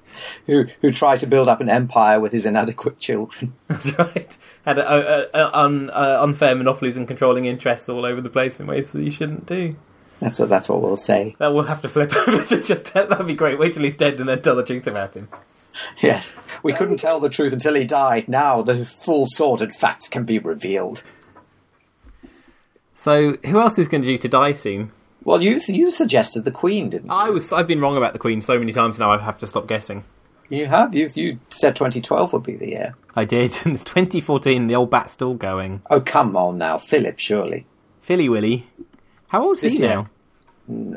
B: who who tried to build up an empire with his inadequate children.
A: That's right. Had a, a, a, un, uh unfair monopolies and controlling interests all over the place in ways that you shouldn't do.
B: That's what that's what we'll say.
A: That will have to flip over to just that'd be great. Wait till he's dead and then tell the truth about him.
B: Yes, we
A: Um,
B: couldn't tell the truth until he died. Now the full sordid facts can be revealed.
A: So who else is going to do to die soon?
B: Well, you you suggested the Queen, didn't you?
A: I was I've been wrong about the Queen so many times now. I have to stop guessing.
B: You have you you said 2012 would be the year.
A: I did, and it's 2014. The old bat's still going.
B: Oh come on now, Philip, surely
A: Philly Willy, how old is
B: This
A: he
B: year.
A: now?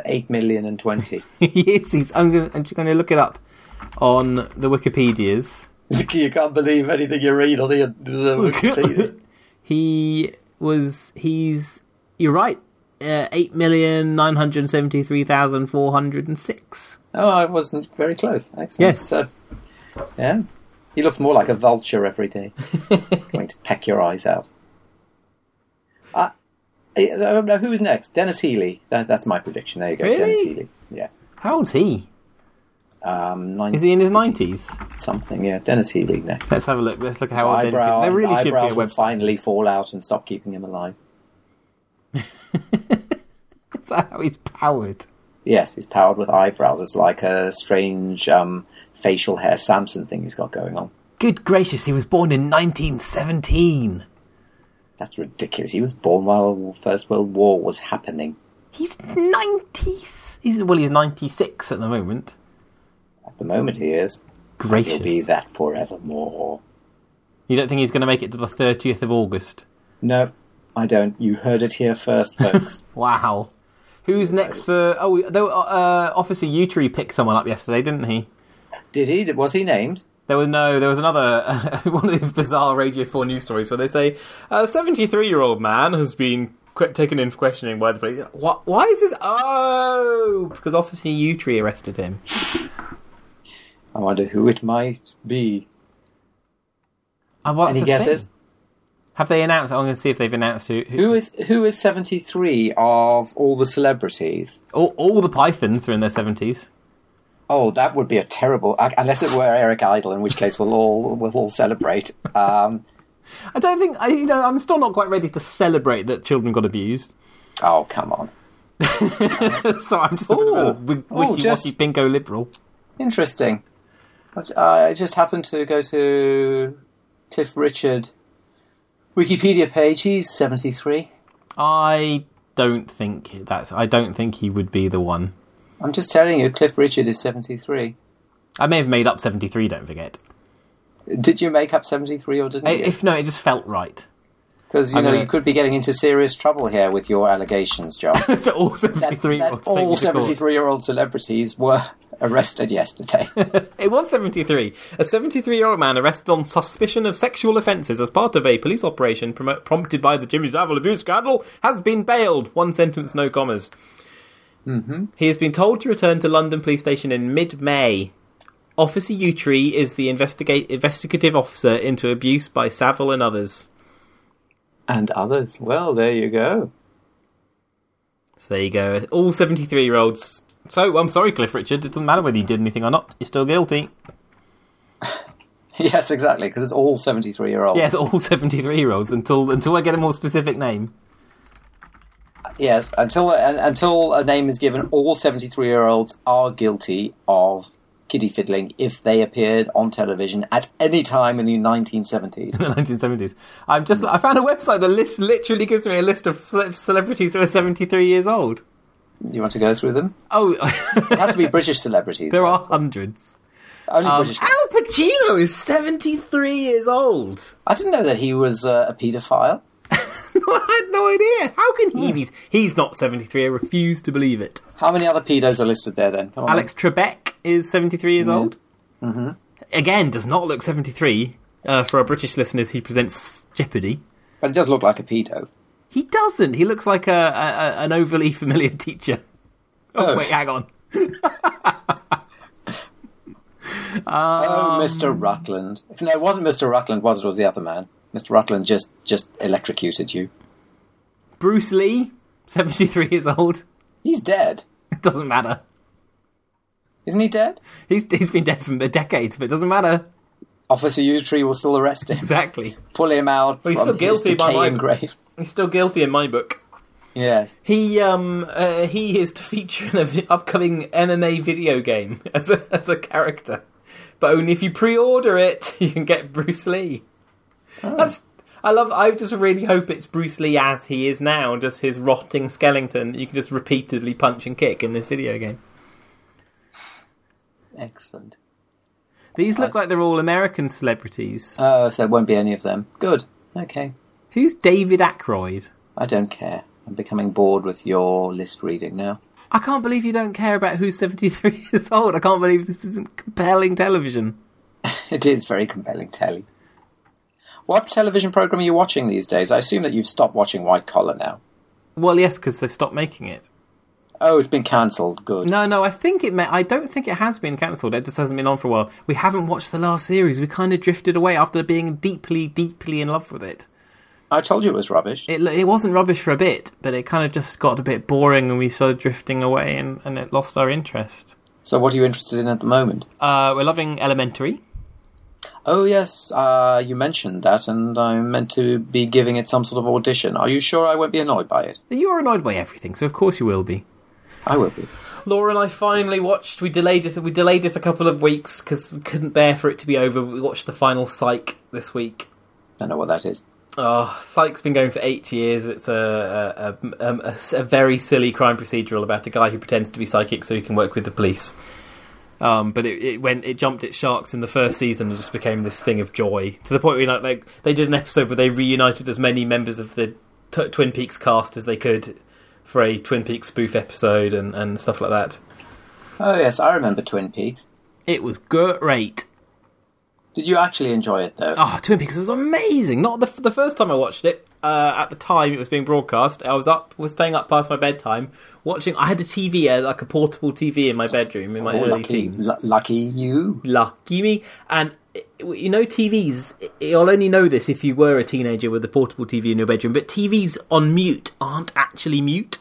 B: eight million and twenty.
A: he is. He's, I'm, gonna, I'm just going to look it up on the Wikipedias.
B: you can't believe anything you read on the, the Wikipedia.
A: He was. He's. You're right. Uh, Eight million nine hundred seventy-three thousand four hundred and six.
B: Oh, I wasn't very close. Excellent.
A: Yes.
B: So, yeah. He looks more like a vulture every day, going to peck your eyes out. Uh, I don't know who's next. Dennis Healy. That, that's my prediction. There you go.
A: Really?
B: Dennis Healy. Yeah.
A: How old's he?
B: Um, nine
A: Is he in his nineties?
B: something? Yeah. Dennis Healy next.
A: Let's have a look. Let's look at
B: His
A: how old Dennis is.
B: eyebrows,
A: There really
B: his
A: should be
B: eyebrows
A: a
B: will
A: website.
B: finally fall out and stop keeping him alive.
A: Is that how he's powered?
B: Yes, he's powered with eyebrows. It's like a strange um, facial hair Samson thing he's got going on.
A: Good gracious! He was born in 1917.
B: That's ridiculous. He was born while the First World War was happening.
A: He's 90s. He's well, he's 96 at the moment.
B: At the moment, he is.
A: Gracious!
B: He'll be that forevermore.
A: You don't think he's going to make it to the 30th of August?
B: No, I don't. You heard it here first, folks.
A: Wow. Who's next for? Oh, though uh, Officer Utree picked someone up yesterday, didn't he?
B: Did he? Was he named?
A: There was no. There was another one of these bizarre Radio Four news stories where they say a seventy-three-year-old man has been qu- taken in for questioning by the police. What? Why is this? Oh, because Officer Utree arrested him.
B: I wonder who it might be.
A: And what's
B: Any
A: Uh, the thing?
B: guesses?
A: Have they announced? I'm going to see if they've announced who. who,
B: Who is who is seventy three of all the celebrities?
A: all, all the Pythons are in their seventies.
B: Oh, that would be a terrible. Unless it were Eric Idle, in which case we'll all we'll all celebrate. Um,
A: I don't think. I, you know, I'm still not quite ready to celebrate that children got abused.
B: oh, come on.
A: so I'm just a bit of
B: Oh.
A: a wi-
B: Oh,
A: wishy-washy
B: just-
A: bingo liberal.
B: Interesting. But I just happened to go to Cliff Richard Wikipedia page. He's seventy three.
A: I don't think that's. I don't think he would be the one.
B: I'm just telling you, Cliff Richard is 73.
A: I may have made up seventy three. Don't forget.
B: Did you make up 73 or
A: I-
B: didn't you?
A: If no, it just felt right.
B: Because you
A: I'm
B: know
A: gonna-
B: you could be getting into serious trouble here with your allegations, John.
A: so all seventy
B: that,
A: three.
B: that all 73-year-old celebrities were arrested yesterday.
A: It was seventy three. A seventy three year old man arrested on suspicion of sexual offences as part of a police operation promo prompted by the Jimmy Savile abuse scandal has been bailed. One sentence, no commas. Mm-hmm. He has been told to return to London Police Station in mid May. Officer Utree is the investigate investigative officer into abuse by Savile and others.
B: and others. Well, there you go.
A: So there you go. All 73 year olds So I'm sorry, Cliff Richard. It doesn't matter whether you did anything or not. You're still guilty.
B: yes, exactly, because it's all 73 year olds.
A: Yes, all 73 year olds until until I get a more specific name.
B: Yes, until un- until a name is given, all 73 year olds are guilty of kiddie fiddling if they appeared on television at any time in the 1970s.
A: in the 1970s. I'm just I found a website that list literally gives me a list of cele- celebrities who are 73 years old.
B: you want to go through them?
A: Oh,
B: It has to be British celebrities.
A: there are hundreds.
B: Only
A: Um,
B: British.
A: Al Pacino is 73 years old.
B: I didn't know that he was uh, a paedophile.
A: I had no idea. How can he be? He's not 73. I refuse to believe it.
B: How many other pedos are listed there then? Come on.
A: Alex Trebek is 73 years old. Mm-hmm. Again, does not look 73. Uh, for our British listeners, he presents Jeopardy.
B: But it does look like a pedo.
A: He doesn't. He looks like a, a, a- an overly familiar teacher. Oh,
B: Oh.
A: wait, hang on. Um,
B: Oh, Mr. Rutland. No, it wasn't Mr. Rutland, was it? It was the other man. Mr. Rutland just just electrocuted you.
A: Bruce Lee, 73 years old.
B: He's dead.
A: It doesn't matter.
B: Isn't he dead?
A: He's, he's been dead for decades, but it doesn't matter.
B: Officer Utree will still arrest him.
A: Exactly.
B: Pull him out
A: he's
B: from
A: still guilty
B: his
A: by
B: decaying
A: my-
B: grave.
A: He's still guilty in my book.
B: Yes.
A: He um uh, he is to feature in an upcoming MMA video game as a, as a character, but only if you pre-order it you can get Bruce Lee. That's I love. I just really hope it's Bruce Lee as he is now, just his rotting skeleton that you can just repeatedly punch and kick in this video game.
B: Excellent.
A: These look like they're all American celebrities.
B: Oh, so it won't be any of them. Good. Okay.
A: Who's David Ackroyd?
B: I don't care. I'm becoming bored with your list reading now.
A: I can't believe you don't care about who's 73 years old. I can't believe this isn't compelling television.
B: It is very compelling telly. What television program are you watching these days? I assume that you've stopped watching White Collar now.
A: Well, yes, because they've stopped making it.
B: Oh, it's been cancelled. Good.
A: No, no, I think it may. I don't think it has been cancelled. It just hasn't been on for a while. We haven't watched the last series. We kind of drifted away after being deeply, deeply in love with it.
B: I told you it was rubbish.
A: It, it wasn't rubbish for a bit, but it kind of just got a bit boring and we started drifting away and, and it lost our interest.
B: So, what are you interested in at the moment?
A: Uh, we're loving Elementary.
B: Oh, yes, uh, you mentioned that, and I'm meant to be giving it some sort of audition. Are you sure I won't be annoyed by it?
A: You're annoyed by everything, so of course you will be.
B: I will be.
A: Laura and I finally watched. We delayed it. We delayed it a couple of weeks because we couldn't bear for it to be over. We watched the final Psych this week.
B: I know what that is.
A: Oh, Psych's been going for eight years. It's a a, um, a, a a very silly crime procedural about a guy who pretends to be psychic so he can work with the police. Um, but it, it went it jumped its sharks in the first season and just became this thing of joy to the point where like, like they did an episode where they reunited as many members of the t- Twin Peaks cast as they could for a Twin Peaks spoof episode and, and stuff like that.
B: Oh, yes, I remember Twin Peaks.
A: It was great.
B: Did you actually enjoy it, though?
A: Oh, Twin Peaks was amazing. Not the the first time I watched it. Uh, at the time it was being broadcast, I was up, was staying up past my bedtime watching. I had a TV, uh, like a portable TV, in my bedroom in my
B: Oh,
A: early
B: lucky,
A: teens.
B: lu- lucky you.
A: Lucky me. And it- you know, TVs. You'll only know this if you were a teenager with a portable TV in your bedroom. But TVs on mute aren't actually mute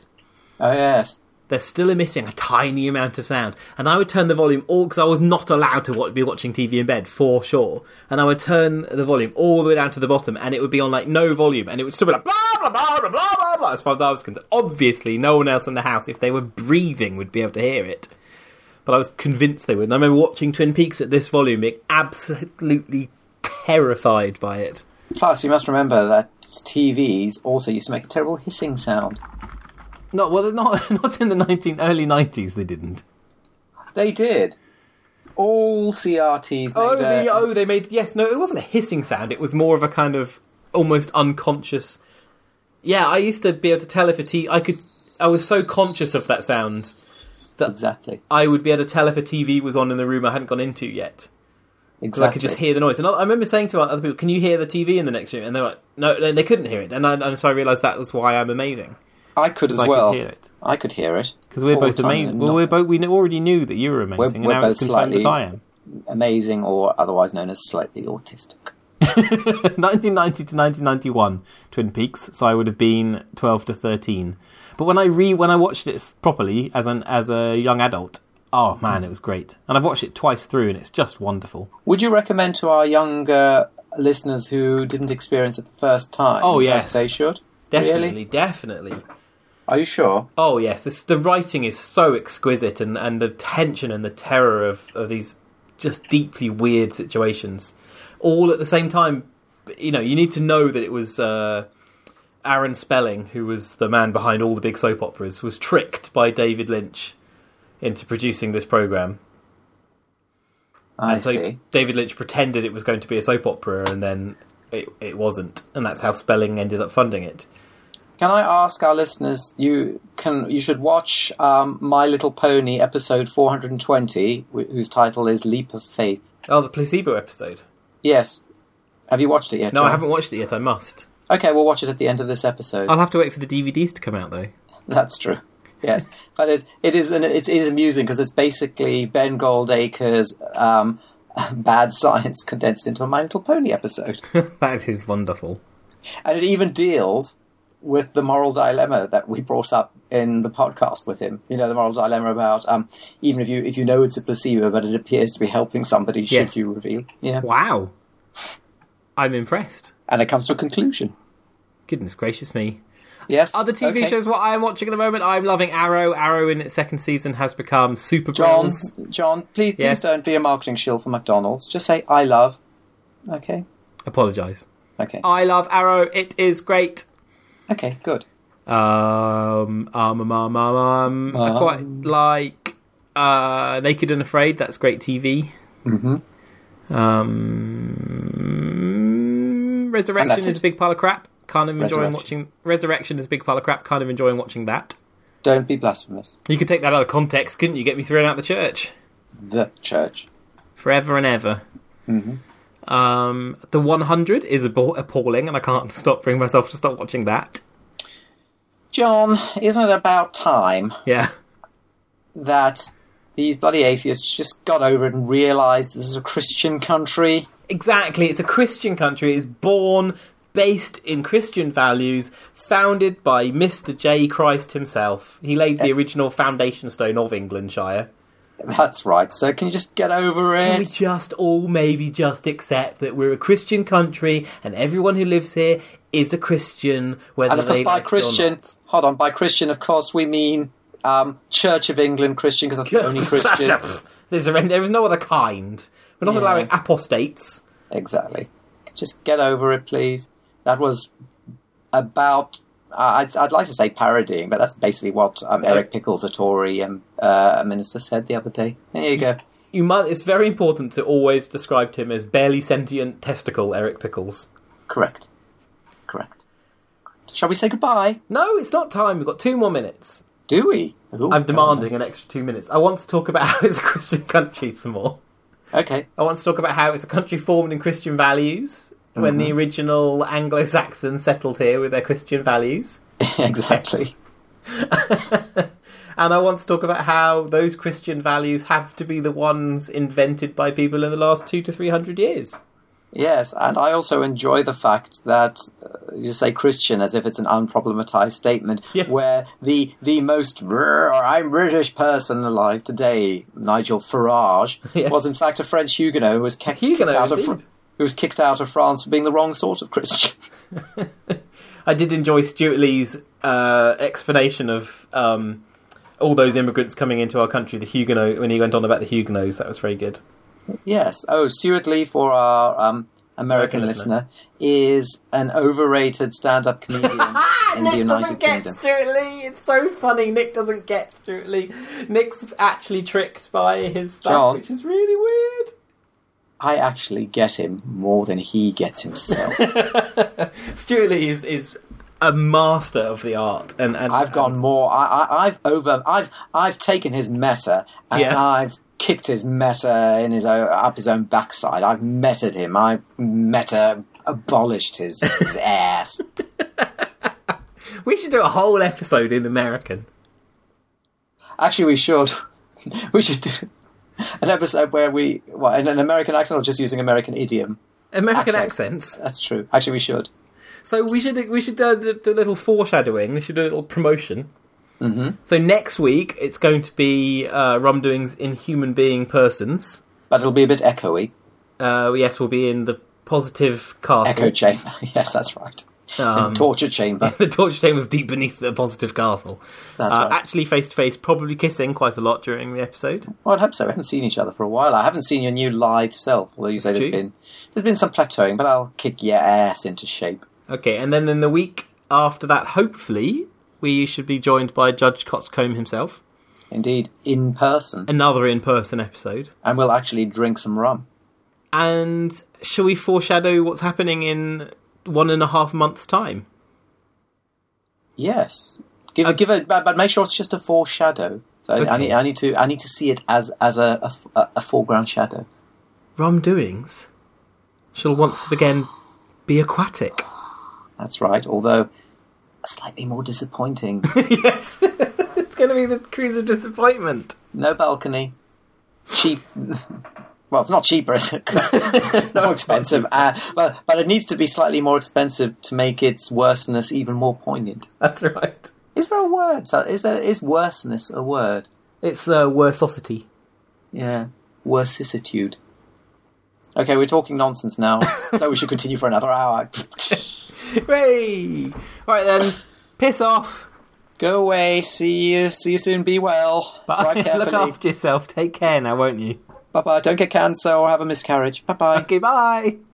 B: Oh, yes.
A: they're still emitting a tiny amount of sound. And I would turn the volume all because I was not allowed to watch, be watching TV in bed for sure. And I would turn the volume all the way down to the bottom, and it would be on like no volume, and it would still be like blah blah blah blah blah blah blah. As far as I was concerned, obviously no one else in the house, if they were breathing, would be able to hear it. But I was convinced they would. And I remember watching Twin Peaks at this volume, being absolutely terrified by it.
B: Plus, you must remember that TVs also used to make a terrible hissing sound.
A: Not well, not not in the nineteen early nineties. They didn't.
B: They did. All CRTs made
A: Oh,
B: a-
A: the, oh, they made yes. No, it wasn't a hissing sound. It was more of a kind of almost unconscious. Yeah, I used to be able to tell if a T. I could. I was so conscious of that sound that
B: Exactly.
A: I would be able to tell if a TV was on in the room I hadn't gone into yet.
B: Exactly.
A: Because I could just hear the noise. And I I remember saying to other people, "Can you hear the TV in the next room?" And they were like, "No, no, they couldn't hear it." And, I, and so I realised that was why I'm amazing
B: I could as
A: I could
B: well.
A: hear it.
B: I could hear it.
A: because we're
B: All
A: both
B: the time
A: amazing.
B: and
A: Well,
B: not
A: we're both. We kn- already knew that you were amazing,
B: we're
A: and now it's
B: both
A: confirmed that I
B: slightly-
A: am.
B: amazing or otherwise known as slightly autistic.
A: 1990 to 1991, Twin Peaks. So I would have been 12 to 13. But when I re when I watched it f- properly as an as a young adult, oh man, it was great. And I've watched it twice through, and it's just wonderful.
B: Would you recommend to our younger listeners who didn't experience it the first time?
A: Oh,
B: that
A: yes.
B: they should.
A: Definitely,
B: Really?
A: definitely.
B: Are you sure?
A: Oh yes, this, the writing is so exquisite, and, and the tension and the terror of, of these just deeply weird situations, all at the same time. You know, you need to know that it was uh, Aaron Spelling, who was the man behind all the big soap operas, was tricked by David Lynch into producing this program.
B: I
A: And so
B: see.
A: David Lynch pretended it was going to be a soap opera, and then it it wasn't, and that's how Spelling ended up funding it.
B: Can I ask our listeners? You can. You should watch um, My Little Pony episode 420, wh- whose title is "Leap of Faith."
A: Oh, the placebo episode.
B: Yes. Have you watched it yet?
A: No,
B: John?
A: I haven't Uh. watched it yet. I must.
B: Okay, we'll watch it at the end of this episode.
A: I'll have to wait for the DVDs to come out though.
B: That's true. Yes, but it's, it is an, it is amusing because it's basically Ben Goldacre's um, bad science condensed into a My Little Pony episode,
A: that is wonderful.
B: and it even deals with the moral dilemma that we brought up in the podcast with him. You know, the moral dilemma about um, even if you if you know it's a placebo, but it appears to be helping somebody, should
A: Yes.
B: you reveal? Yeah,
A: Wow. I'm impressed.
B: and it comes to a conclusion.
A: Goodness gracious me.
B: Yes,
A: Other TV
B: Okay.
A: shows what I'm watching at the moment, I'm loving Arrow. Arrow in its second season has become Super
B: John,
A: Bros.
B: John, please, please
A: Yes.
B: don't be a marketing shill for McDonald's. Just say I love. Okay.
A: Apologise.
B: Okay.
A: I love Arrow. It is great.
B: Okay. Good.
A: Um, um, um, um, um, I
B: Um.
A: quite like uh, Naked and Afraid. That's great TV. Mm-hmm. Um,
B: And that's
A: Resurrection
B: it.
A: is a big pile of crap. Kind of enjoying
B: Resurrection.
A: watching Resurrection is a big pile of crap. Kind of enjoying watching that.
B: Don't be blasphemous.
A: You could take that out of context, couldn't you? Get me thrown out of the church
B: The church.
A: forever and ever. Mm-hmm. Um, the 100 is abo- appalling, and I can't stop bring myself to stop watching that.
B: John, isn't it about time
A: Yeah.
B: that these bloody atheists just got over it and realised this is a Christian country?
A: Exactly. It's a Christian country. It's born, based in Christian values, founded by Mr. J. Christ himself. He laid
B: Eh.
A: the original foundation stone of Englandshire.
B: That's right. So can you just get over
A: Can we
B: it?
A: just all maybe just accept that we're a Christian country and everyone who lives here is a Christian, whether
B: And of course,
A: they
B: by
A: like it or
B: Christian,
A: not.
B: hold on, by Christian, of course, we mean um, Church of England Christian because that's the only Christian.
A: There's a, there is no other kind. We're not
B: Yeah.
A: allowing apostates.
B: Exactly. Just get over it, please. That was about. I- I'd, I'd like to say parodying, but that's basically what um, Eric Pickles, a Tory um, uh, minister, said the other day. There you go.
A: You mu It's very important to always describe him as barely sentient testicle Eric Pickles.
B: Correct. Correct. Shall we say goodbye?
A: No, it's not time. We've got two more minutes.
B: Do we? Ooh,
A: I'm demanding an extra two minutes. I want to talk about how it's a Christian country some more.
B: Okay.
A: I want to talk about how it's a country formed in Christian values when the original Anglo Saxons settled here with their Christian values.
B: exactly.
A: And I want to talk about how those Christian values have to be the ones invented by people in the last two to three hundred years.
B: Yes, and I also enjoy the fact that uh, you say Christian as if it's an unproblematized statement,
A: Yes.
B: where the the most "Brr, I'm British person alive today, Nigel Farage,
A: Yes.
B: was in fact a French Huguenot who was ki-
A: Huguenot,
B: kicked out of
A: indeed.
B: Fr- who was kicked out of France for being the wrong sort of Christian.
A: I did enjoy Stuart Lee's uh, explanation of um, all those immigrants coming into our country, the Huguenot, when he went on about the Huguenots. That was very good.
B: Yes. Oh, Stuart Lee, for our um,
A: American
B: American,
A: listener.
B: listener, is an overrated stand-up comedian in the
A: Nick
B: United
A: doesn't get
B: Kingdom.
A: Stuart Lee. It's so funny. Nick doesn't get Stuart Lee. Nick's actually tricked by his stuff,
B: John.
A: which is really weird.
B: I actually get him more than he gets himself.
A: Stuart Lee is, is a master of the art, and, and
B: I've gone
A: and-
B: more. I, I, I've over. I've I've taken his meta and
A: Yeah.
B: I've kicked his meta in his own, up his own backside. I've meted him. I've meta abolished his, his ass.
A: We should do a whole episode in American.
B: Actually, we should. We should do an episode where we what in an American accent or just using American idiom.
A: American
B: Accent.
A: accents.
B: That's true. Actually, we should.
A: uh, So we should we should do, do, do a little foreshadowing. We should do a little promotion.
B: Mm-hmm.
A: So next week it's going to be uh, Rumdoings in Human Being Persons.
B: But it'll be a bit echoey.
A: Uh, yes, we'll be in the positive castle.
B: Echo chamber. yes, that's right.
A: Um,
B: In torture chamber.
A: the torture chamber's deep beneath the positive castle.
B: That's
A: uh,
B: right.
A: Actually, face to face, probably kissing quite a lot during the episode.
B: Well, I'd hope so. We haven't seen each other for a while. I haven't seen your new lithe self, although you say there's
A: true.
B: been there's been some plateauing, but I'll kick your ass into shape.
A: Okay, and then in the week after that, hopefully, we should be joined by Judge Cotscomb himself.
B: Indeed, in person.
A: Another in person episode.
B: And we'll actually drink some rum.
A: And shall we foreshadow what's happening in one and a half months' time?
B: Yes. Give a give a but but make sure it's just a foreshadow. So I, I
A: Okay.
B: need I need to I need to see it as as a a f- a, a foreground shadow.
A: Wrongdoings shall once again be aquatic.
B: That's right. Although slightly more disappointing.
A: yes, it's going to be the cruise of disappointment.
B: no balcony. Cheap. Well, it's not cheaper. Is it? it's more expensive. Uh, but but it needs to be slightly more expensive to make its worseness even more poignant.
A: That's right.
B: Is there a word? So- Is there is worseness a word?
A: It's the worsosity.
B: Yeah. Worsicitude. Okay, we're talking nonsense now, so we should continue for another hour.
A: Hooray! All right then, piss off.
B: Go away. See you. See you soon. Be well.
A: Bye. Look after yourself. Take care now, won't you?
B: Bye bye. Don't get cancer or have a miscarriage. Bye bye.
A: Okay, bye.